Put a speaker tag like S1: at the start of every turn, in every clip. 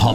S1: Ha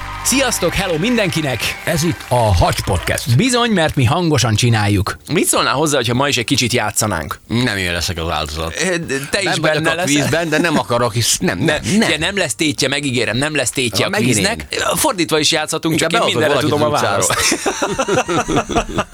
S2: Sziasztok, hello mindenkinek!
S3: Ez itt a Hacs Podcast.
S2: Bizony, mert mi hangosan csináljuk. Mit szólnál hozzá, hogyha ma is egy kicsit játszanánk?
S3: Nem én leszek az áldozat.
S2: Ö, de Te is
S3: nem vagyok
S2: benne
S3: a
S2: leszel.
S3: kvízben, de nem akarok is. Nem,
S2: Ne,
S3: nem,
S2: nem.
S3: nem.
S2: Ugye nem lesz tétje, megígérem, nem lesz tétje
S3: Ha,
S2: a
S3: megint
S2: kvíznek. Fordítva is játszhatunk,
S3: Inkább
S2: csak én mindenre
S3: beadok
S2: tudom a
S3: valakit az
S2: választ.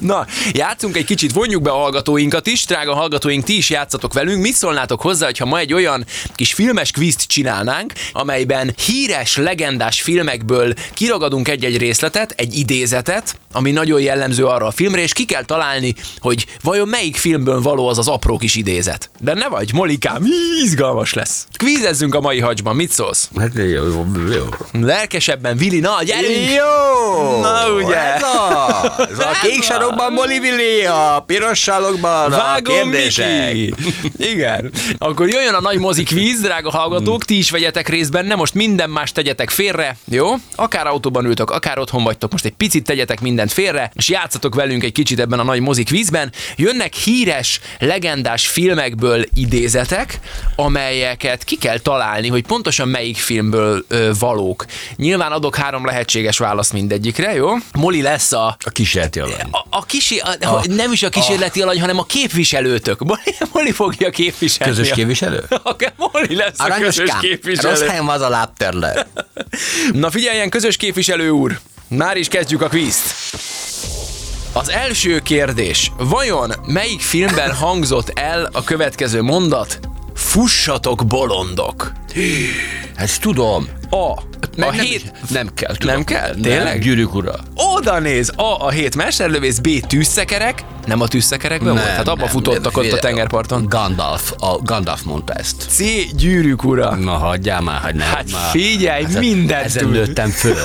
S2: Na, játszunk egy kicsit, vonjuk be a hallgatóinkat is, drága hallgatóink, ti is játszatok velünk. Mit szólnátok hozzá, hogyha ma egy olyan kis filmes kvízt csinálnánk, amelyben híres, legendás filmekből kiragadunk egy-egy részletet, egy idézetet, ami nagyon jellemző arra a filmre, és ki kell találni, hogy vajon melyik filmből való az az apró kis idézet. De ne vagy, Molikám, izgalmas lesz. Kvízezzünk a mai hacsban, mit szólsz?
S3: Hát jó, jó, jó.
S2: Lelkesebben, Vili, na, gyerünk!
S3: Jó!
S2: Na, ugye?
S3: Ez a, ez a kék sarokban Moli Vili, a piros sarokban a
S2: Vágom,
S3: kérdések.
S2: Miki! Igen. Akkor jöjjön a nagy mozik víz, drága hallgatók, ti is vegyetek részt benne, most minden más tegyetek félre, jó? Akár autóban ültök, akár otthon vagytok, most egy picit tegyetek mindent félre, és játszatok velünk egy kicsit ebben a nagy mozik vízben. Jönnek híres, legendás filmekből idézetek, amelyeket ki kell találni, hogy pontosan melyik filmből ö, valók. Nyilván adok három lehetséges választ mindegyikre, jó? Moli lesz a
S3: A kísérleti alany.
S2: a, a kísér, a, a, nem is a kísérleti alany, hanem a képviselőtök. Moli, Moli fogja képviselni.
S3: Közös
S2: a-
S3: képviselő?
S2: Akár Moli lesz a közös
S3: Aranyoskám, rossz
S2: képviselő.
S3: helyen az a lápterle.
S2: Na figyeljen, közös képviselő úr! Már is kezdjük a kvízt. Az első kérdés. Vajon melyik filmben hangzott el a következő mondat? Fussatok bolondok!
S3: Ezt tudom.
S2: A.
S3: Meg
S2: A
S3: nem,
S2: hét...
S3: nem kell, tudom.
S2: Nem kell?
S3: Tényleg?
S2: Tényleg?
S3: Gyűrűk ura.
S2: oda néz, A a hét mesterlövész, B tűzszekerek, nem a tűzszekerekben volt, hát abba
S3: nem,
S2: futottak
S3: nem,
S2: ott a
S3: figyelj,
S2: tengerparton.
S3: Gandalf, a Gandalf mondta ezt.
S2: C gyűrűk ura.
S3: Na hagyjál már, hogy ne.
S2: Hát
S3: már.
S2: figyelj,
S3: Ezen-
S2: mindent
S3: Ezen
S2: tud.
S3: nőttem föl.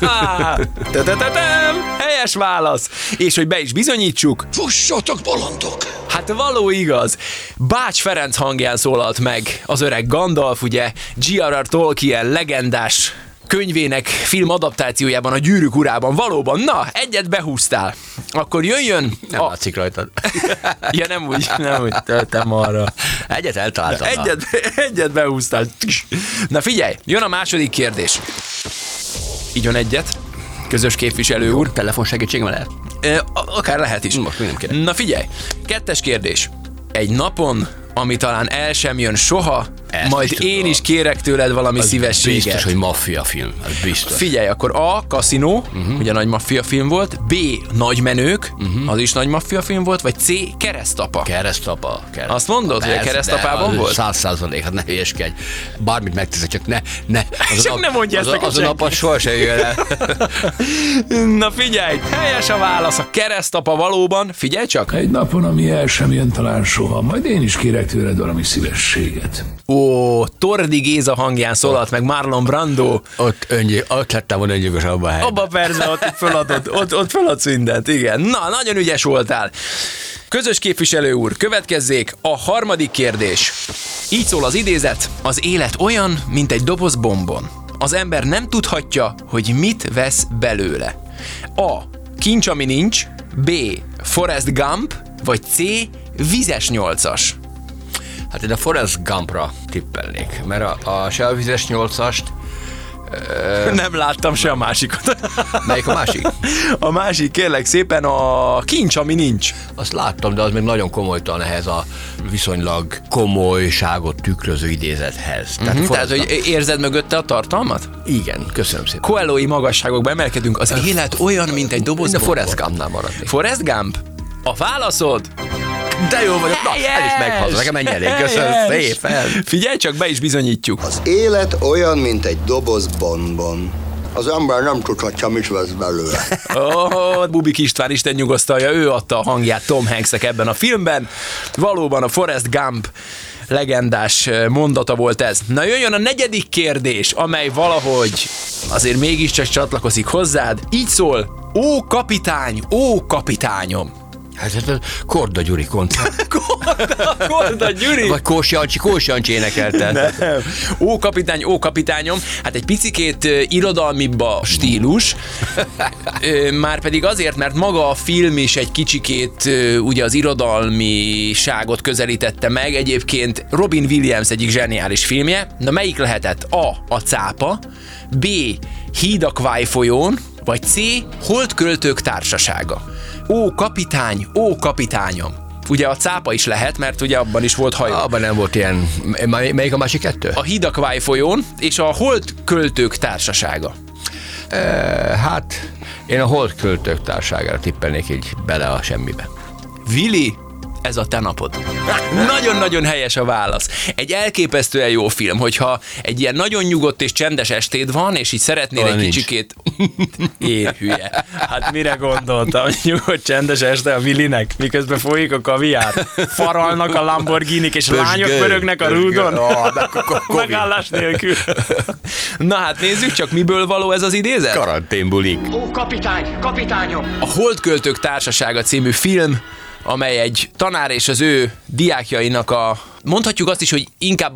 S2: Há! Tö-tö-tö-töm! Helyes válasz! És hogy be is bizonyítsuk,
S3: Fussatok, bolondok!
S2: hát való igaz. Bács Ferenc hangján szólalt meg az öreg Gandalf, ugye G.R.R. Tolkien legendás könyvének film adaptációjában, a Gyűrűk urában. Valóban, na, egyet behúztál. Akkor jöjjön
S3: Nem
S2: a...
S3: látszik rajtad.
S2: Ja, nem úgy, nem úgy.
S3: Töltem arra. Egyet eltaláltam.
S2: Egyet, egyet behúztál. Na figyelj, jön a második kérdés. Így jön egyet. Közös képviselő úr.
S3: Úr, telefon segítségem lehet.
S2: Ö, a- Akár lehet is.
S3: Most mi nem kérek.
S2: Na figyelj, kettes kérdés. Egy napon, ami talán el sem jön soha,
S3: Ezt
S2: majd
S3: is tudom.
S2: én is kérek tőled valami szívességet.
S3: Biztos, hogy maffia film. Az biztos.
S2: Figyelj, akkor A, kaszinó,
S3: Mhm.
S2: uh-huh. ugye nagy maffia film volt, B, nagymenők, uh-huh. az is nagy maffia film volt, vagy C, keresztapa.
S3: Keresztapa. Kereszt.
S2: Azt mondod, hogy a keresztapában volt?
S3: Száz százalék, hát ne hülyeskedj. Bármit megteszek, csak ne, ne. Az
S2: Csak ne mondja
S3: az,
S2: ezt
S3: a-
S2: nekem
S3: az a
S2: senki.
S3: nap az sohasem jön el.
S2: Na figyelj, helyes a válasz, a keresztapa valóban, figyelj csak.
S4: Egy napon, ami el sem jön talán soha, majd én is kérek tőled valami szívességet.
S2: Ó, Tordi Géza hangján szólalt meg Marlon Brando.
S3: Ott, öngy, ott lettem volna öngyilkos abban a helyben.
S2: Abba a percben ott föladod, ott, ott föladsz mindent, igen. Na, nagyon ügyes voltál. Közös képviselő úr, következzék a harmadik kérdés. Így szól az idézet, az élet olyan, mint egy doboz bombon. Az ember nem tudhatja, hogy mit vesz belőle. A. Kincs, ami nincs. B. Forrest Gump. Vagy C. Vizes nyolcas.
S3: Hát én a Forrest Gumpra tippelnék, mert a, a se a vizes nyolcast,
S2: Nem láttam se a másikat.
S3: melyik a másik?
S2: A másik kérlek szépen a kincs, ami nincs.
S3: Azt láttam, de az még nagyon komolytalan ehhez a viszonylag komolyságot tükröző idézethez. Mhm. Tehát,
S2: Hm? Tehát,
S3: Forrest Gump-
S2: hogy érzed mögötte a tartalmat?
S3: Igen, köszönöm szépen.
S2: Coelhoi magasságokba emelkedünk, az élet olyan, mint egy doboz.
S3: Én a
S2: bombon.
S3: Forrest Gumpnál maradnék.
S2: Forrest Gump? A válaszod?
S3: De jó vagyok, na, el is meghalt, nekem ennyi elég, köszönöm
S2: Helyes!
S3: szépen.
S2: Figyelj csak, be is bizonyítjuk.
S5: Az élet olyan, mint egy doboz bonbon. Az ember nem tudhatja, mit vesz belőle.
S2: Oh, Bubik István Isten nyugosztalja, ő adta a hangját Tom hanks ebben a filmben. Valóban a Forrest Gump legendás ö, mondata volt ez. Na jöjjön a negyedik kérdés, amely valahogy azért mégiscsak csatlakozik hozzád. Így szól, ó kapitány, ó kapitányom.
S3: Hát ez a Korda Gyuri koncert.
S2: Korda Gyuri!
S3: Vagy Kós Jancsi, Kós Jancsi énekelte.
S2: Nem. Ó, kapitány, ó, kapitányom, hát egy picikét ö, irodalmibb a stílus, Ö, már pedig azért, mert maga a film is egy kicsikét ö, ugye az irodalmiságot közelítette meg, egyébként Robin Williams egyik zseniális filmje, na melyik lehetett? A. A cápa, B. Híd a Kváj folyón, vagy C. Holdköltők társasága. Ó, kapitány, ó, kapitányom. Ugye a cápa is lehet, mert ugye abban is volt hajó.
S3: Abban nem volt ilyen... Mely- Melyik Hát, a másik kettő?
S2: a Hidakváj folyón és a Holt Költők Társasága.
S3: Hát, én a Holt költők társágára tippelnék így bele a semmibe.
S2: Vili, ez a te napod. Nagyon-nagyon helyes a válasz. Egy elképesztően jó film, hogyha egy ilyen nagyon nyugodt és csendes estéd van, és így szeretnél
S3: Olyan
S2: egy
S3: nincs.
S2: kicsikét... Én hülye. Hát mire gondoltam, hogy nyugodt csendes este a Vilinek, miközben folyik a kaviár, faralnak a Lamborghinik, és
S3: Pösgő, lányok pörögnek a pösgő. rúdon. Ah, de akkor- akkor Covid. Megállás
S2: nélkül. Na hát nézzük csak, miből való ez az idézet?
S3: Karanténbulik.
S6: Ó, kapitány, kapitányom!
S2: A Holdköltők Társasága című film, amely egy tanár és az ő diákjainak a mondhatjuk azt is, hogy inkább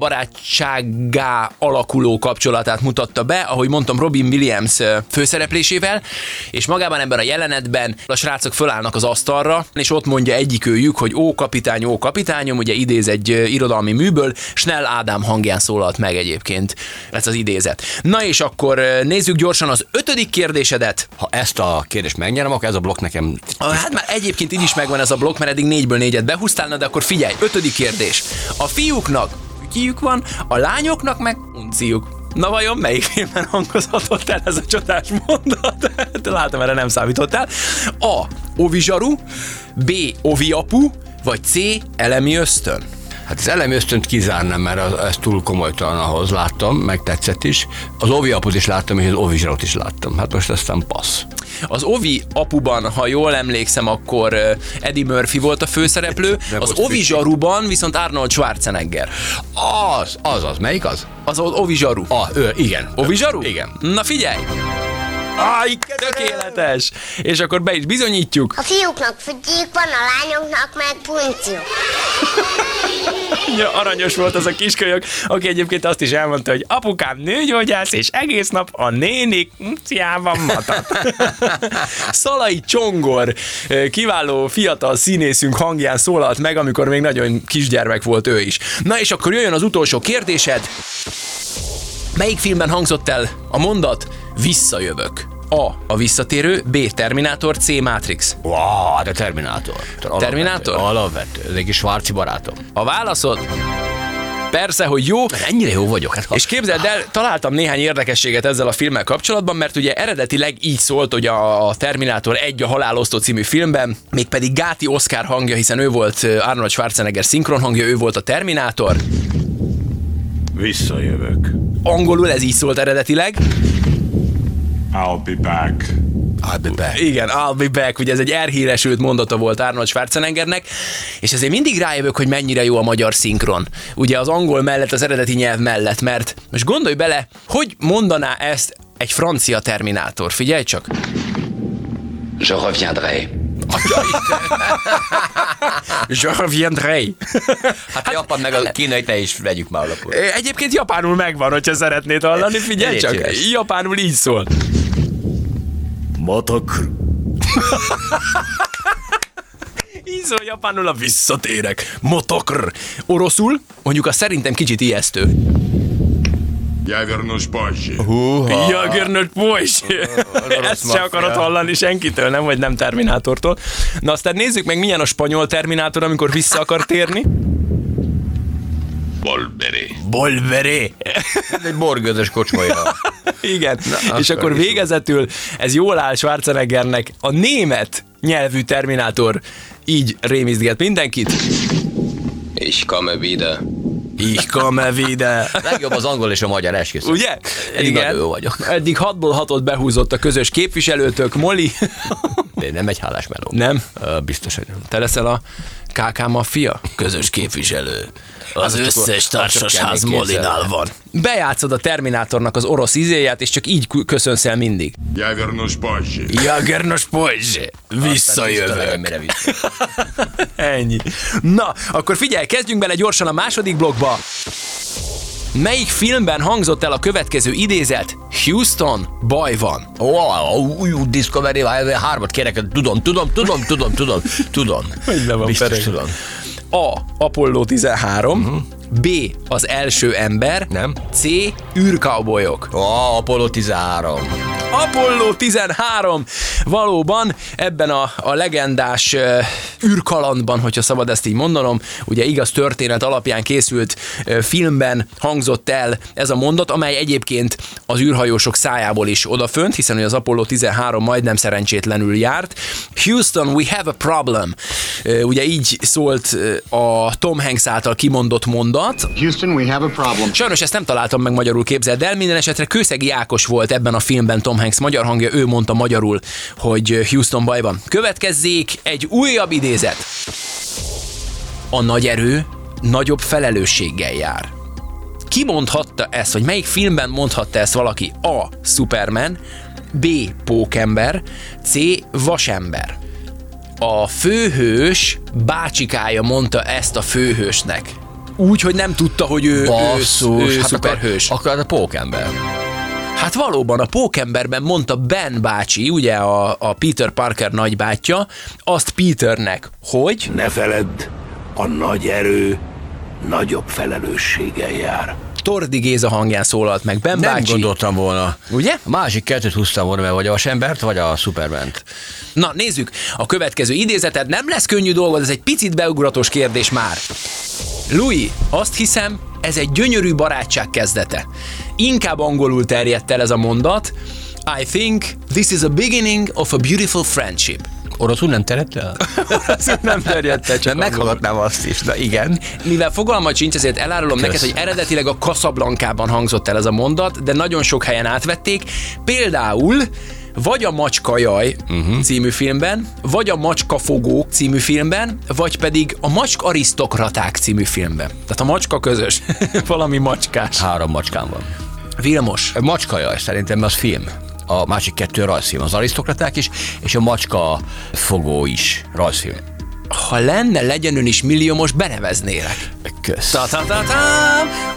S2: barátsággá alakuló kapcsolatát mutatta be, ahogy mondtam Robin Williams ö, főszereplésével, és magában ebben a jelenetben a srácok fölállnak az asztalra, és ott mondja egyikőjük, hogy ó kapitány, ó kapitányom, ugye idéz egy ö, irodalmi műből, Snell Ádám hangján szólalt meg egyébként ez az idézet. Na és akkor ö, nézzük gyorsan az ötödik kérdésedet,
S3: Ha ezt a kérdést megnyerem, akkor ez a blokk nekem...
S2: Ah, Hát már egyébként így is megvan ez a blokk, mert eddig négyből négyet behúztál, na, de akkor figyelj, ötödik kérdés. A fiúknak ütyijük van, a lányoknak meg uncijuk. Na vajon melyik filmben hangozhatott el ez a csodás mondat? Te Látom, erre nem számítottál. A. Ovizsaru, B. Oviapu, vagy C. Elemi ösztön.
S3: Hát az elemi ösztönt kizárnám, mert az, ez túl komolytalan ahhoz láttam, meg tetszett is. Az oviapot is láttam, és az ovizsarot is láttam. Hát most aztán passz.
S2: Az Ovi apuban, ha jól emlékszem, akkor ö, Eddie Murphy volt a főszereplő, az
S3: volt
S2: Ovi zsaruban viszont Arnold Schwarzenegger.
S3: Az, az, az. Melyik az?
S2: Az az Ovi zsaru.
S3: A, ő, igen.
S2: Ovizsaru?
S3: Igen.
S2: Na figyelj! Aj, tökéletes! És akkor be is bizonyítjuk.
S7: A fiúknak fütyék van, a lányoknak meg punciuk.
S8: Ja, aranyos volt az a kiskölyök, aki egyébként azt is elmondta, hogy apukám nőgyógyász, és egész nap a nénik ciában matat.
S2: Szalai Csongor ö, kiváló fiatal színészünk hangján szólalt meg, amikor még nagyon kisgyermek volt ő is. Na és akkor jöjjön az utolsó kérdésed. Melyik filmben hangzott el a mondat Visszajövök? A. A visszatérő, B. Terminátor, C. Matrix.
S3: Wow, de Terminátor. Alapvető,
S2: Terminátor?
S3: Alapvető. Ez egy kis Svárci barátom.
S2: A válaszod? Persze, hogy jó,
S3: Ennyire jó vagyok. Hát, ha-
S2: És képzeld el, találtam néhány érdekességet ezzel a filmmel kapcsolatban, mert ugye eredetileg így szólt, hogy a Terminátor 1 a halálosztó című filmben, mégpedig Gáti Oscar hangja, hiszen ő volt ö, Arnold Schwarzenegger szinkron hangja, ő volt a Terminátor.
S9: Visszajövök.
S2: Angolul ez így szólt eredetileg.
S9: I'll be back.
S3: I'll be back.
S2: Igen, I'll be back, ugye ez egy elhíresült mondata volt Arnold Schwarzeneggernek, és ezért mindig rájövök, hogy mennyire jó a magyar szinkron. Ugye az angol mellett, az eredeti nyelv mellett, mert most gondolj bele, hogy mondaná ezt egy francia Terminátor, figyelj csak.
S10: Je reviendrai.
S2: Je reviendrai.
S3: Hát, hát Japán meg a kínai te is vegyük már alapul.
S2: Ö, Egyébként japánul megvan, hogyha szeretnéd hallani, figyelj
S3: Légy
S2: csak,
S3: szíves.
S2: japánul így szól.
S9: Matakr.
S2: Így szól japánul a visszatérek. Motokr. Oroszul, mondjuk a szerintem kicsit ijesztő.
S9: Я вернусь позже.
S8: Jagörnöt boys! Ezt se akarod hallani senkitől, nem? Vagy nem Terminátortól.
S2: Na aztán nézzük meg, milyen a spanyol terminátor, amikor vissza akar térni.
S9: Volveré.
S2: Bolveré.
S3: Ez egy borgözös kocsmaja.
S2: Igen. Na, És
S3: akkor
S2: akkor
S3: is jó.
S2: végezetül ez jól áll Schwarzeneggernek a német nyelvű terminátor így rémizget mindenkit.
S10: Ich komme wieder.
S2: Ich komme wieder.
S3: Legjobb az angol és a magyar esküszöm.
S2: Ugye?
S3: Én nagyon jó vagyok.
S2: Eddig 6-ból 6-ot behúzott a közös képviselőtök, Moli.
S3: De nem egy hálás meló.
S2: Nem?
S3: Ö, Biztos, hogy nem.
S2: Te leszel a KK Mafia?
S11: Közös képviselő. Az
S3: csak-
S11: összes
S3: hát csak
S11: társasház
S3: kemény kézzel.
S11: Molinál van.
S2: Bejátszod a Terminátornak az orosz izéját, és csak így kü- köszönsz el mindig.
S9: Я вернусь позже.
S11: Jagernos Pozsé, visszajövök.
S3: Mire visz?
S2: Ennyi. Na, akkor figyelj, kezdjünk bele gyorsan a második blokkba. Melyik filmben hangzott el a következő idézet? Houston, baj van.
S3: Ó, ó, új új Discovery, hármat kérek, tudom, tudom, tudom, tudom, tudom, tudom.
S2: Hogy le van
S3: Biztos
S2: pereg.
S3: tudom. Mhm.
S2: A. Apollo 13. Uh-huh. B. Az első ember.
S3: Nem.
S2: C. űrkaubolyok.
S3: Ó, Apollo 13.
S2: Apollo 13 valóban ebben a, a legendás ö, űrkalandban, hogyha szabad ezt így mondanom, ugye igaz történet alapján készült ö, filmben hangzott el ez a mondat, amely egyébként az űrhajósok szájából is odafönt, hiszen ugye az Apollo 13 majdnem szerencsétlenül járt. Houston, we have a problem. Ö, Ugye így szólt ö, a Tom Hanks által kimondott mondat,
S12: Houston, we have a problem.
S2: Sajnos ezt nem találtam meg magyarul, képzeld el. Minden esetre Kőszegi Ákos volt ebben a filmben Tom Hanks magyar hangja, ő mondta magyarul, hogy Houston bajban. Következzék egy újabb idézet. A nagy erő nagyobb felelősséggel jár. Ki mondhatta ezt, vagy melyik filmben mondhatta ezt valaki? A. Superman, B. Pókember, C. Vasember. A főhős bácsikája mondta ezt a főhősnek. Úgy, hogy nem tudta, hogy ő, ő, ő
S3: Basszus,
S2: hát
S3: hát akkor,
S2: szuperhős.
S3: akkor hát a pókember.
S2: Hát valóban a Pókemberben mondta Ben bácsi, ugye a, a Peter Parker nagybátyja, azt Peternek, hogy
S12: Ne feledd, a nagy erő nagyobb felelősséggel jár.
S2: Tordi Géza hangján szólalt meg Ben
S3: Nem
S2: bácsi.
S3: gondoltam volna.
S2: Ugye?
S3: A másik kettőt húztam volna, mert vagy a vasembert, vagy a szuperment.
S2: Na nézzük, a következő idézeted nem lesz könnyű dolgod, ez egy picit beugratos kérdés már. Louis, azt hiszem, ez egy gyönyörű barátság kezdete. Inkább angolul terjedt el ez a mondat. I think this is a beginning of a beautiful friendship.
S3: Oroszul nem terett el?
S2: Nem terjedt el,
S3: Mert meghallgatnám azt is. Na igen.
S2: Mivel fogalma sincs, ezért elárulom
S3: Kösz.
S2: neked, hogy eredetileg a Casablanca-ban hangzott el ez a mondat, de nagyon sok helyen átvették. Például vagy a Macska Jaj
S3: Mhm.
S2: uh-huh. című filmben, vagy a Macska Fogók című filmben, vagy pedig a Macska Arisztokraták című filmben. Tehát a macska közös, valami macskás.
S3: Három macskám van.
S2: Vilmos.
S3: Macskaja, szerintem az film. A másik kettő rajzfilm, az arisztokraták is, és a macska fogó is rajzfilm.
S2: Ha lenne, legyen ön is milliómos, beneveznélek.
S3: Kösz.
S2: ta ta ta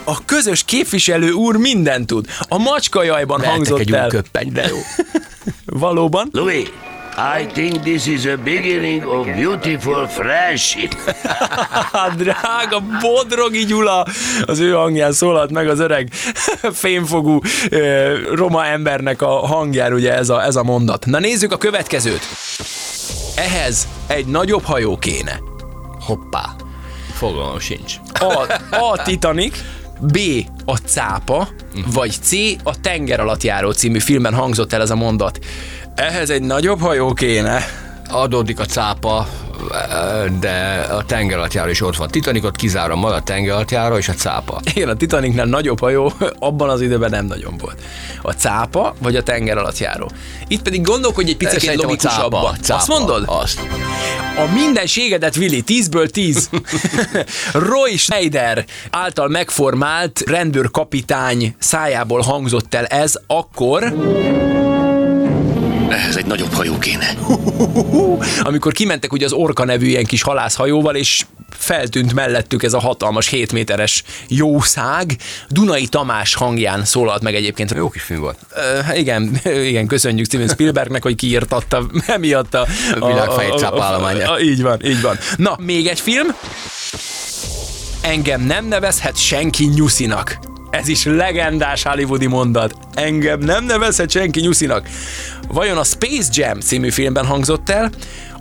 S2: A közös képviselő úr mindent tud. A macska jajban
S3: Mehetek
S2: hangzott
S3: egy új
S2: el.
S3: köppeny, de jó.
S2: Valóban.
S12: Louis, I think this is a beginning of beautiful friendship.
S2: Á, Hát, drága Bodrogi Gyula! Az ő hangján szólalt meg az öreg fémfogú ö, roma embernek a hangján ugye ez a, ez a mondat. Na nézzük a következőt. Ehhez egy nagyobb hajó kéne.
S3: Hoppá. Fogalmam sincs.
S2: A, a Titanic, B. a cápa, vagy C. a tenger alatt járó című filmben hangzott el ez a mondat. Ehhez egy nagyobb hajó kéne.
S3: Adódik a cápa, de a tengeralattjáró is ott van. Titanicot kizárom maga a tengeralattjáró és a cápa.
S2: Igen, a Titanicnál nagyobb hajó abban az időben nem nagyon volt. A cápa vagy a tenger alatt járó. Itt pedig gondolkodj egy picit
S3: Szerintem a
S2: logikusabban.
S3: cápa.
S2: Azt mondod?
S3: Azt.
S2: A mindenségedet, Vili, 10-ből 10. Roy Schneider által megformált rendőrkapitány szájából hangzott el ez akkor,
S10: Ehhez egy nagyobb hajó kéne.
S2: amikor kimentek ugye az Orka nevű ilyen kis halászhajóval, és feltűnt mellettük ez a hatalmas 7 méteres jószág. Dunai Tamás hangján szólalt meg egyébként.
S3: Jó kis film volt.
S2: Ö, igen, ö, igen, köszönjük Steven Spielbergnek, hogy kiirtatta emiatt a,
S3: A világ fejcáp állományát.
S2: a- a- Így van, így van. Na, még egy film. Engem nem nevezhet senki nyuszinak. Ez is legendás hollywoodi mondat. Engem nem nevezhet senki nyuszinak. Vajon a Space Jam című filmben hangzott el,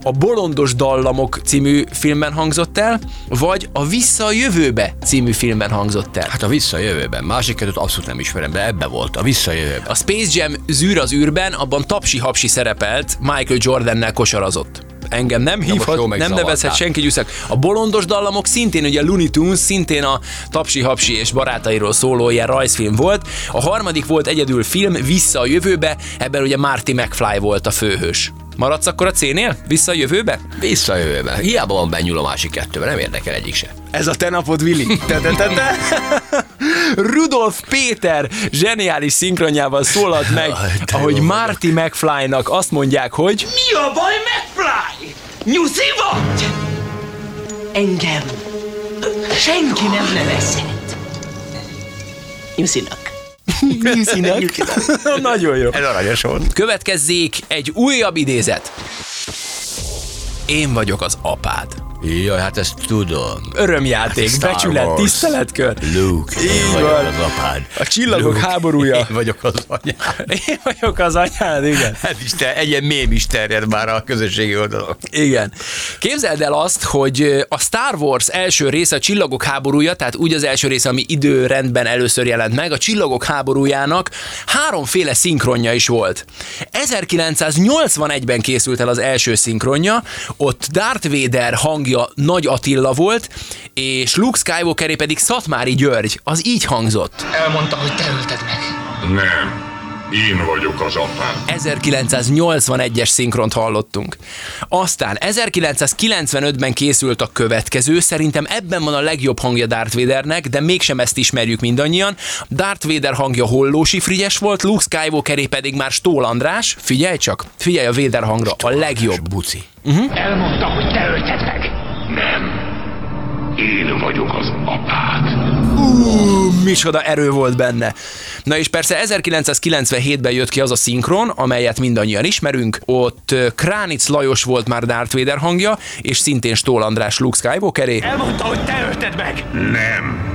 S2: a Bolondos Dallamok című filmben hangzott el, vagy a Vissza a Jövőbe című filmben hangzott el?
S3: Hát a visszajövőben. Másik kettőt abszolút nem ismerem, de ebbe volt. A visszajövőben.
S2: A Space Jam zűr az űrben, abban tapsi-hapsi szerepelt, Michael Jordannel kosarazott. Engem nem hívhat,
S3: jó
S2: nem
S3: megzavartál.
S2: nevezhet senki gyűszak. A bolondos dallamok szintén, ugye a Looney Tunes szintén a tapsi-hapsi és barátairól szóló ilyen rajzfilm volt. A harmadik volt egyedül film, Vissza a jövőbe, ebben ugye Marty McFly volt a főhős. Maradsz akkor a C-nél? Vissza a jövőbe?
S3: Vissza a jövőbe. Hiába van benyúl a másik kettőben, nem érdekel egyik se.
S2: Ez a te napod, Willi. Te, te, te, te. Rudolf Péter zseniális szinkronjával szólalt meg, ahogy Marty McFly-nak azt mondják, hogy...
S6: Mi a baj, McFly? Nyuszi vagy? Engem senki nem nevezhet. Nyuszinak.
S2: Nyuszinak? Nagyon jó.
S3: Ez aranyos volt.
S2: Következzék egy újabb idézet. Én vagyok az apád.
S3: Jaj, hát ezt tudom.
S2: Örömjáték,
S3: Hát, Star
S2: becsület,
S3: Wars.
S2: tiszteletkör.
S3: Luke, én
S2: Így van.
S3: vagyok az apád.
S2: A csillagok
S3: Luke,
S2: háborúja.
S3: Én vagyok az anyád.
S2: Én vagyok az anyád, igen.
S3: Ez Hát is te, egy ilyen mém is terjed már a közösségi oldalon.
S2: Igen. Képzeld el azt, hogy a Star Wars első része a Csillagok háborúja, tehát úgy az első része, ami időrendben először jelent meg, a Csillagok háborújának háromféle szinkronja is volt. 1981-ben készült el az első szinkronja, ott Darth Vader hangja Nagy Attila volt, és Luke Skywalkeré pedig Szatmári György. Az így hangzott.
S6: Elmondta, hogy te ölted meg.
S9: Nem. Én vagyok az apám.
S2: 1981-es szinkront hallottunk. Aztán 1995-ben készült a következő, szerintem ebben van a legjobb hangja Darth Vadernek, de mégsem ezt ismerjük mindannyian. Darth Vader hangja Hollósi Frigyes volt, Luke Skywalkeré pedig már Stól András. Figyelj csak, figyelj a Vader hangra, a legjobb.
S3: Buci.
S6: Elmondta, hogy te ölted meg.
S9: Nem. Én vagyok az apád.
S2: micsoda erő volt benne. Na és persze 1997-ben jött ki az a szinkron, amelyet mindannyian ismerünk, ott ö, Kránic Lajos volt már Darth Vader hangja, és szintén Stól András Luke Skywalkeré.
S6: Elmondta, hogy te ölted meg.
S9: Nem.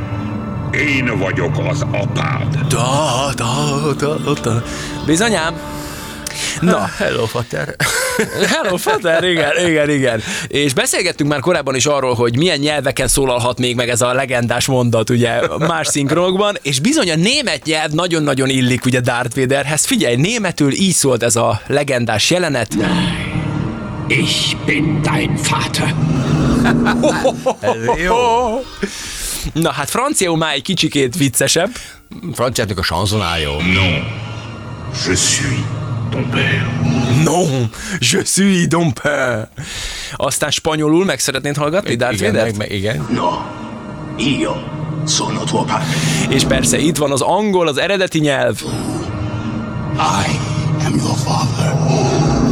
S9: Én vagyok az apád.
S2: Da, da, da, da. Bizonyám. Na,
S3: Hello, Fater.
S2: hello father, igen, igen, igen. És beszélgettünk már korábban is arról, hogy milyen nyelveken szólalhat még meg ez a legendás mondat, ugye, más szinkronokban, és bizony a német nyelv nagyon-nagyon illik ugye Darth Vaderhez. Figyelj, németül így szólt ez a legendás jelenet.
S12: Ich bin dein Vater.
S2: Na hát franciául már egy kicsikét viccesebb.
S3: Franciáknak a sanzonál jó.
S9: Non. Je suis ton père.
S2: Non, je suis ton père. Aztán spanyolul meg szeretnéd hallgatni Darth
S3: Igen,
S2: Vader-t?
S3: meg, meg, igen.
S12: No, io sono tuo padre.
S2: És persze itt van az angol, az eredeti nyelv.
S12: I am your father.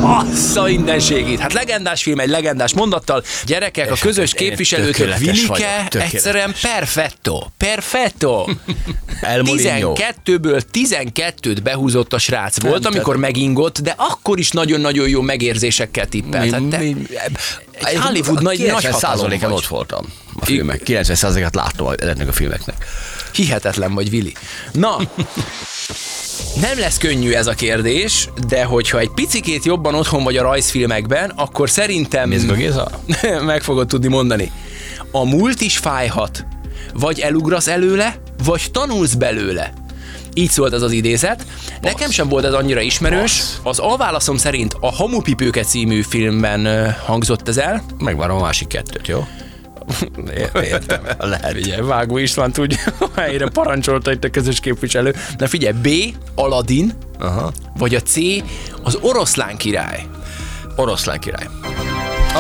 S2: Assza mindenségét! Hát legendás film, egy legendás mondattal. Gyerekek, a
S3: És
S2: közös
S3: hát én
S2: képviselőtök
S3: tökéletes vagyok,
S2: Vilike
S3: tökéletes.
S2: egyszerűen perfetto. Perfetto.
S3: El Molinho.
S2: 12-ből 12-t behúzott a srác. Volt,
S3: tehát-
S2: amikor megingott, de akkor is nagyon-nagyon jó megérzésekkel tippelt. Hát te... Egy Hollywood nagy, nagy
S3: 90
S2: hatalom
S3: százalékán
S2: vagy.
S3: ott voltam. A filmek. 90 százalékát láttam a- ezeknek a filmeknek.
S2: Hihetetlen vagy, Vili. Na, nem lesz könnyű ez a kérdés, de hogyha egy picikét jobban otthon vagy a rajzfilmekben, akkor szerintem...
S3: Mész Géza?
S2: meg fogod tudni mondani. A múlt is fájhat. Vagy elugrasz előle, vagy tanulsz belőle. Így szólt ez az idézet. Nekem sem volt ez annyira ismerős. Az A válaszom szerint a Hamupipőke című filmben ö, hangzott ez el.
S3: Megvárom a másik kettőt, jó? Értem, lehet.
S2: Ugye, Vágó István tudja, helyre parancsolta itt a közös képviselő. Na figyelj, B, Aladdin,
S3: Aha.
S2: vagy a C, az oroszlán király.
S3: Oroszlán király.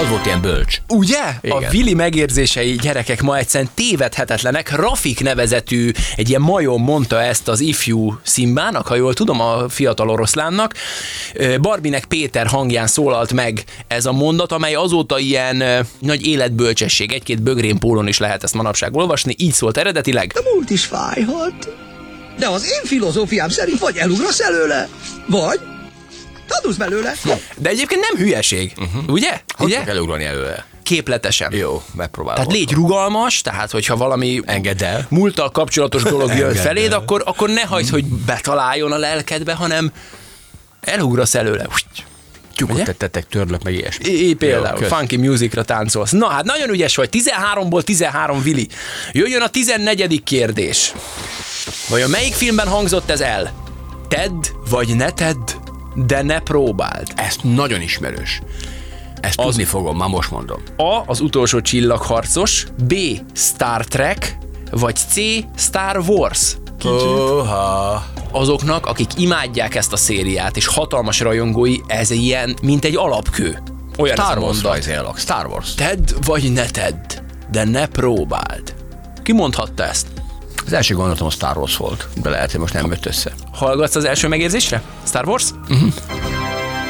S3: Az volt ilyen bölcs.
S2: Ugye? Igen.
S3: Igen.
S2: A Vili megérzései gyerekek ma egyszerűen tévedhetetlenek. Rafik nevezetű, egy ilyen majom mondta ezt az ifjú szimbának, ha jól tudom, a fiatal oroszlánnak. Ö, Barbinek Péter hangján szólalt meg ez a mondat, amely azóta ilyen ö, nagy életbölcsesség. Egy-két bögrén pólon is lehet ezt manapság olvasni. Így szólt eredetileg.
S13: múlt is fájhat. De az én filozófiám szerint vagy elugrasz előle, vagy tanulsz belőle.
S2: De egyébként nem hülyeség. Uh-huh. Ugye?
S3: Mhm. Hogy
S2: Ugye?
S3: kell elugrani előle?
S2: Képletesen.
S3: Jó, megpróbálom.
S2: Tehát légy rugalmas, tehát hogyha valami
S3: Engedd el.
S2: múlttal kapcsolatos dolog jön
S3: Engedd
S2: feléd,
S3: el.
S2: akkor, akkor ne hagyd, hogy betaláljon a lelkedbe, hanem elugrasz előle. Ugye?
S3: Tyúkot tettetek, törlök, meg ilyesmi.
S2: Így
S3: Jó,
S2: például,
S3: kösz.
S2: funky musicra táncolsz. Na hát nagyon ügyes vagy, 13-ból 13 Vili. Jöjjön a 14. kérdés. Vajon melyik filmben hangzott ez el? Tedd vagy ne tedd, de ne próbáld.
S3: Ez nagyon ismerős. Ezt tudni fogom, már most mondom.
S2: A. Az utolsó csillagharcos, B. Star Trek, vagy C. Star Wars. Hoha. Azoknak, akik imádják ezt a szériát, és hatalmas rajongói, ez ilyen, mint egy alapkő. Olyan
S3: Star
S2: ez a
S3: Wars
S2: mondat.
S3: rajzélak, Star Wars.
S2: Tedd vagy ne tedd, de ne próbáld. Ki mondhatta ezt?
S3: Az első gondolatom a Star Wars volt, de lehet, hogy most nem jött össze.
S2: Hallgatsz az első megérzésre? Star Wars? Uh-huh.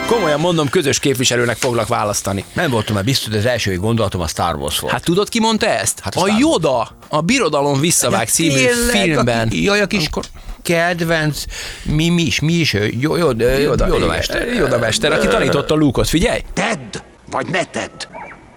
S2: Komolyan mondom, közös képviselőnek foglak választani.
S3: Nem voltam már biztos, de az első gondolatom a Star Wars volt.
S2: Hát tudod, ki mondta ezt? Hát
S3: a
S2: a Hát
S3: Star
S2: Yoda, a Birodalom visszavág című
S3: Tényleg,
S2: filmben.
S3: Aki, jaj, a kis Akkor... kedvenc, mi, mi is, mi is, ő? jó, jó, de-
S2: Yoda,
S3: Yoda
S2: igen,
S3: mester.
S2: Yoda mester, aki tanította Luke-ot, figyelj!
S12: Tedd, vagy ne tedd,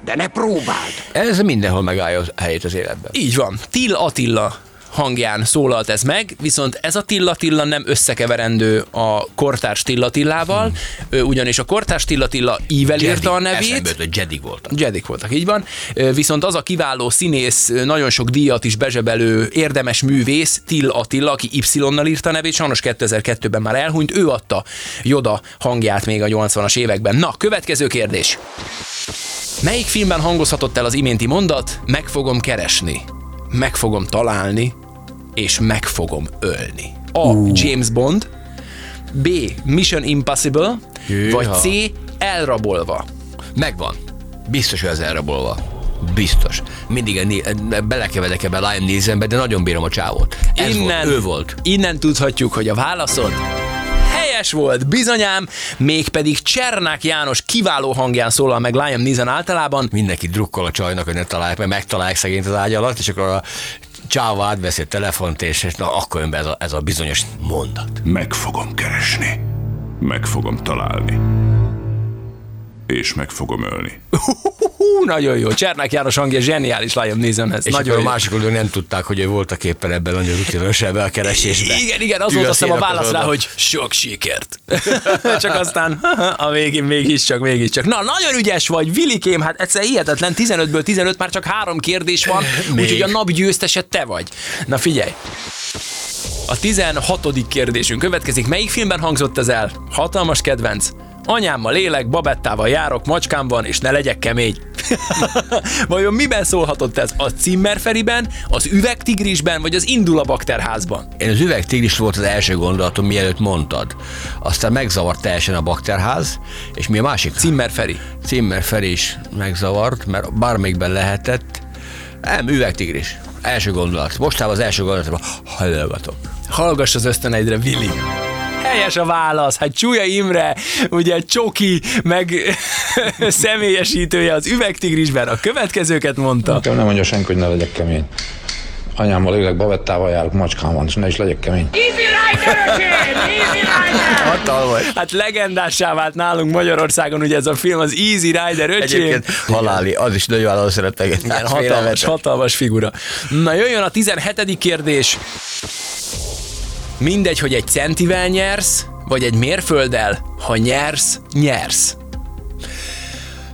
S12: de ne próbáld.
S3: Ez mindenhol megállja az helyét az életben.
S2: Így van. Till Attila hangján szólalt ez meg, viszont ez a Till Attila nem összekeverendő a kortárs Till Attilával, Ö, ugyanis a kortárs Till Attila ível írta a nevét.
S3: Eszembe jut, hogy Jedi voltam.
S2: Jedik voltak, így van. Ö, Viszont az a kiváló színész, ö, nagyon sok díjat is bezsebelő érdemes művész, Till Attila, aki Y-nal írta a nevét, sajnos 2002-ben már elhunyt, ő adta Joda hangját még a 80-as években. Na, következő kérdés. Melyik filmben hangozhatott el az iménti mondat, meg fogom keresni, meg fogom találni, és meg fogom ölni? A. James Bond, B. Mission Impossible,
S3: Hűha.
S2: vagy C. Elrabolva.
S3: Megvan. Biztos, hogy az elrabolva. Biztos. Mindig a né- belekevedek ebbe a Liam Neesonbe, de nagyon bírom a csávót. Ez
S2: Innen,
S3: volt, ő volt.
S2: Innen tudhatjuk, hogy a válaszod helyes volt, bizonyám, mégpedig Csernák János kiváló hangján szólal meg Liam Neeson általában.
S3: Mindenki drukkol a csajnak, hogy ne találják, mert megtalálják szegényt az ágy alatt, és akkor a csávó átveszi a telefont, és, és na, akkor jön be ez a, ez a bizonyos mondat.
S9: Meg fogom keresni. Meg fogom találni. És meg fogom ölni.
S2: Hú, nagyon jó, Csernák János hangja zseniális Liam Neesonhez. nagyon
S3: És Nagyon akkor
S2: jó.
S3: a másik oldalon nem tudták, hogy ő voltak éppen ebben nagyon rutinos ebben a keresésben.
S2: Igen, igen, az
S3: Ő
S2: volt azt hiszem a
S3: szénakadó
S2: válasz rá,
S3: oldal.
S2: hogy sok sikert. Csak aztán a végén mégiscsak, mégiscsak. Na, nagyon ügyes vagy, Vilikém, hát egyszer hihetetlen, 15-ből 15 már csak három kérdés van, úgyhogy a nap győztese te vagy. Na figyelj, a 16. kérdésünk következik. Melyik filmben hangzott ez el? Hatalmas kedvenc. Anyámmal élek, babettával járok, macskám van, és ne legyek kemény. Vajon miben szólhatott ez? A cimmerferiben, az üvegtigrisben, vagy az indulabakterházban?
S3: Én az üvegtigris volt az első gondolatom, mielőtt mondtad. Aztán megzavart teljesen a bakterház, és mi a másik?
S2: Zimmer Feri.
S3: Cimmer Feri is megzavart, mert bármelyikben lehetett. Nem, üvegtigris. Első gondolat. Mostában az első gondolatom, hallgatok.
S2: Hallgass az ösztöneidre, Vili. Helyes a válasz. Hát Csúlya Imre, ugye Csoki, meg személyesítője az üvegtigrisben a következőket mondta.
S14: Nekem nem mondja senki, hogy ne legyek kemény. Anyámmal élek, babettával járok, macskám van, és ne is legyek kemény.
S3: Hatal vagy.
S2: Hát legendássá vált nálunk Magyarországon ugye ez a film, az Easy Rider öcsém.
S3: Egyébként haláli, az is nagyon vállal szeretek. Hát,
S2: Igen, hatalmas, hatalmas figura. Na jöjjön a 17. kérdés. Mindegy, hogy egy centivel nyersz, vagy egy mérfölddel, ha nyersz, nyersz.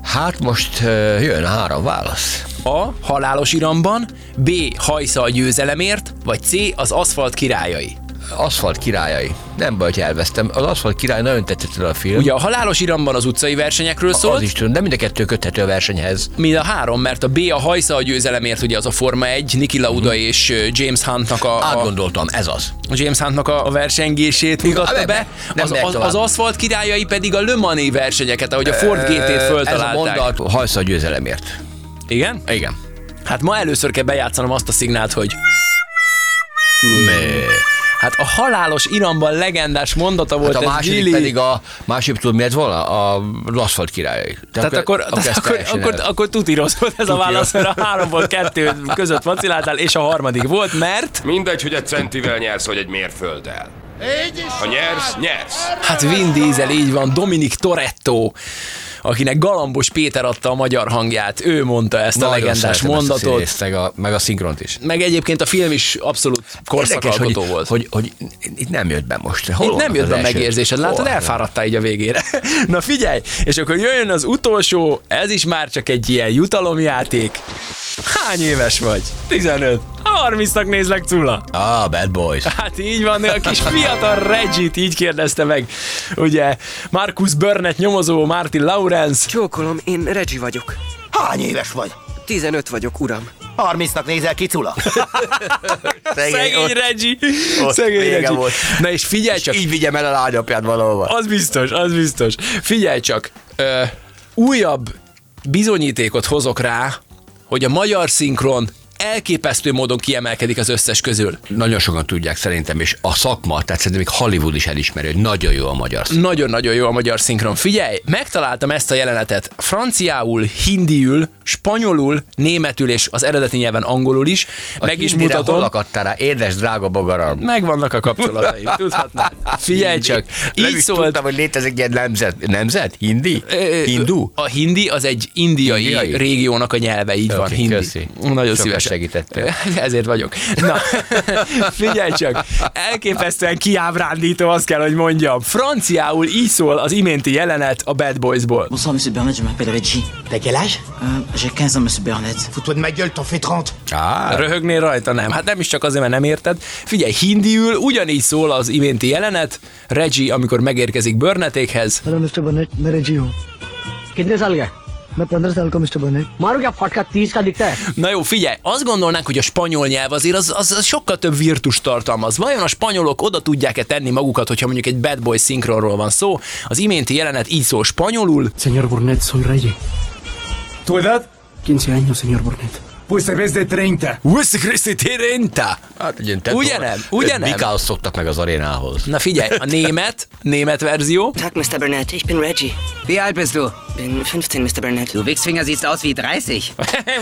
S3: Hát most ö, jön a három válasz.
S2: A. Halálos iramban, B. Hajsza a győzelemért, vagy C. Az aszfalt királyai.
S3: Aszfalt királyai. Nem baj, hogy elvesztem. Az aszfalt király nagyon tetszett el a film.
S2: Ugye szóval- a halálos iramban az utcai versenyekről
S3: az
S2: szólt,
S3: is tudom, de mind a kettő köthető a versenyhez.
S2: mind a három, mert a B a hajsza a győzelemért, ugye az a Forma 1, Niki Lauda
S3: Mhm.
S2: és ö, James Huntnak a, a
S3: Átgondoltam, ez az.
S2: James Huntnak a a versengését
S3: Ah,
S2: mutatta
S3: nem,
S2: be,
S3: nem
S2: az,
S3: megyek
S2: az,
S3: tovább.
S2: az aszfalt királyai pedig a Le Mani versenyeket, ahogy a Ford GT-t
S3: Ez a
S2: föltalálták.
S3: mondat hajsz a győzelemért.
S2: Igen?
S3: Igen.
S2: Hát ma először kell bejátszanom azt a szignált, hogy Hát a halálos iramban legendás mondata volt
S3: Hát a
S2: ez
S3: második
S2: Billy.
S3: pedig a másik tud miért volna? A aszfalt királyai.
S2: Tehát akkor, tehát
S3: ez
S2: akkor,
S3: teljesen
S2: akkor,
S3: el-
S2: akkor tuti rossz volt ez a válasz, mert a háromból kettő között vaciláltál, és a harmadik volt, mert...
S15: Mindegy, hogy egy centivel nyersz, vagy egy mérfölddel. Ha nyersz, nyersz.
S2: Hát Vin Diesel, így van, Dominik Toretto, akinek Galambos Péter adta a magyar hangját, ő mondta ezt a
S3: Nagyon
S2: legendás
S3: szeretem ezt a
S2: mondatot.
S3: színészt, meg a, meg a szinkront is.
S2: meg egyébként a film is abszolút korszakalkotó
S3: Érdekes, hogy,
S2: volt.
S3: Hogy, hogy, itt nem jött be most. Hol
S2: Itt
S3: vannak
S2: nem jött
S3: az
S2: be a
S3: első-
S2: megérzésed,
S3: Hol
S2: látod,
S3: vannak?
S2: elfáradtál így a végére. Na figyelj, és akkor jöjjön az utolsó, ez is már csak egy ilyen jutalomjáték. Hány éves vagy? 15. 30-nak nézlek, Cula.
S3: Ah, Bad Boys.
S2: Hát így van, a kis fiatal Reggie-t így kérdezte meg. Ugye, Marcus Burnett nyomozó, Martin Lawrence.
S16: Csókolom, én Reggie vagyok.
S12: Hány éves vagy?
S16: 15 vagyok, uram. 30-nak nézel ki, Cula?
S2: Szegény Reggie. Szegény Reggie. Volt. Na és figyelj csak.
S16: így vigyem el a lányapját valahova.
S2: Az biztos, az biztos. Figyelj csak, ö, újabb bizonyítékot hozok rá, hogy a magyar szinkron elképesztő módon kiemelkedik az összes közül.
S3: Nagyon sokan tudják szerintem, és a szakma, tehát szerintem még Hollywood is elismeri, hogy nagyon jó a magyar szinkron.
S2: Nagyon-nagyon jó a magyar szinkron. Figyelj, megtaláltam ezt a jelenetet franciául, hindiül, spanyolul, németül és az eredeti nyelven angolul is.
S3: A
S2: Meg is
S3: hindire Hol
S2: mutatom.
S3: akadtál rá? Édes, drága bogaram.
S2: Megvannak a kapcsolataim, tudhatnád. Figyelj csak,
S3: Nem
S2: így
S3: is
S2: szólt
S3: tudtam, hogy létezik ilyen nemzet. Nemzet? Hindi?
S2: Ö,
S3: Hindu?
S2: A hindi az egy indiai,
S3: Indiai?
S2: indiai. régiónak a nyelve, így okay, van.
S3: Oké,
S2: Hindi.
S3: köszi.
S2: Nagyon
S3: Sokat
S2: szívesen.
S3: segítettél.
S2: Ezért vagyok. Na, figyelj csak, elképesztően kiábrándító, azt kell, hogy mondjam. Franciául így szól az iménti jelenet a Bad Boys-ból.
S17: Bonsoir, monsieur Burnett, je m'appelle Reggie. T'as quel âge euh, J'ai 15 ans, monsieur Burnett. Fous-toi de ma gueule, t'en fais 30.
S2: Ah. Röhögnél rajta, nem? Hát nem is csak azért, mert nem érted. Figyelj, hindiül ugyanígy szól az iménti jelenet, Reggie, amikor megérkezik Burnettékhez.
S18: Hello mister Burnett मैं Reggie हूँ कितने साल का मैं पंद्रह साल का मिस्टर बनेट मारो क्या फटका तीस का दिखता है
S2: Na jó, figyelj, azt gondolnánk, hogy a spanyol nyelv azért az, az, az sokkal több virtus tartalmaz. Vajon a spanyolok oda tudják-e tenni magukat, hogyha mondjuk egy bad boy szinkronról van szó? Az iménti jelenet így szól spanyolul.
S18: Señor Burnett, soy Reggie. ¿Tu edad? 15 años, señor Burnett. Pues te ves de 30.
S2: Whisky Christi Tirinta!
S3: Hát, ugye,
S2: Ugye nem? Ugye nem?
S3: Mikához szoktak meg az arénához.
S2: Na figyelj, a német, német verzió.
S19: Tag, Mr. Burnett, ich bin Reggie. Wie alt bist du? Bin 15, Mr. Burnett. Du Wichsfinger siehst aus wie 30.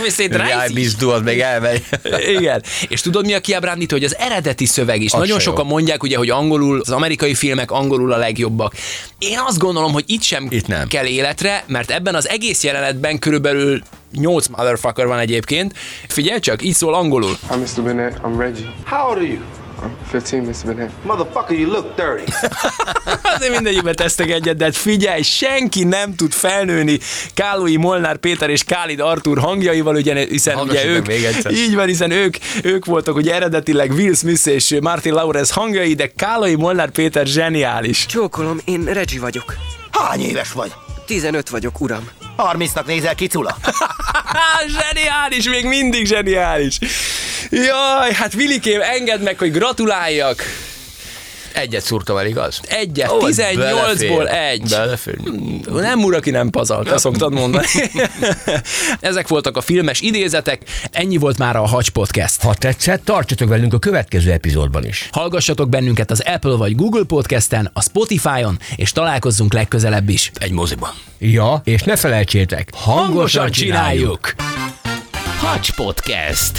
S2: Viszont
S3: Jaj,
S2: 30.
S3: bizdú, az még elmegy.
S2: Igen. És tudod, mi a kiábrándító, hogy az eredeti szöveg is.
S3: Az
S2: Nagyon
S3: se jó.
S2: sokan mondják, ugye, hogy angolul, az amerikai filmek angolul a legjobbak. Én azt gondolom, hogy itt sem itt nem. kell életre, mert ebben az egész jelenetben körülbelül 8 motherfucker van egyébként. Figyelj csak, így szól angolul.
S20: I'm Mr. Burnett. I'm Reggie. How old are you? I'm 15, Mr. Burnett. Motherfucker, you look 30.
S2: Azért mindegyikbe tesztek egyet, de hát figyelj, senki nem tud felnőni Kálói Molnár Péter és Kálid Artur hangjaival, ugye, hiszen ugye
S3: Hallgassuk
S2: ők,
S3: meg még egyszer.
S2: így van, hiszen ők, ők voltak ugye eredetileg Will Smith és Martin Lawrence hangjai, de Kálói Molnár Péter zseniális.
S19: Csókolom, én Reggie vagyok.
S16: Hány éves vagy?
S19: 15 vagyok, uram.
S16: 30-nak nézel ki, Cula?
S2: zseniális, még mindig zseniális. Jaj, hát Vilikém, engedd meg, hogy gratuláljak.
S3: Egyet szúrtam el, igaz?
S2: Egyet,
S3: Ó,
S2: 18-ból
S3: belefér.
S2: egy. Hmm.
S3: Belefér.
S2: Nem mura, ki nem pazalt, azt szoktad mondani. Ezek voltak a filmes idézetek, ennyi volt már a Hacs Podcast.
S21: Ha tetszett, tartsatok velünk a következő epizódban is.
S2: Hallgassatok bennünket az Apple vagy Google Podcasten, a Spotify-on, és találkozzunk legközelebb is.
S3: Egy moziban.
S21: Ja, és ne felejtsétek, hangosan,
S1: Hangosan
S21: csináljuk.
S1: csináljuk. Hacs Podcast.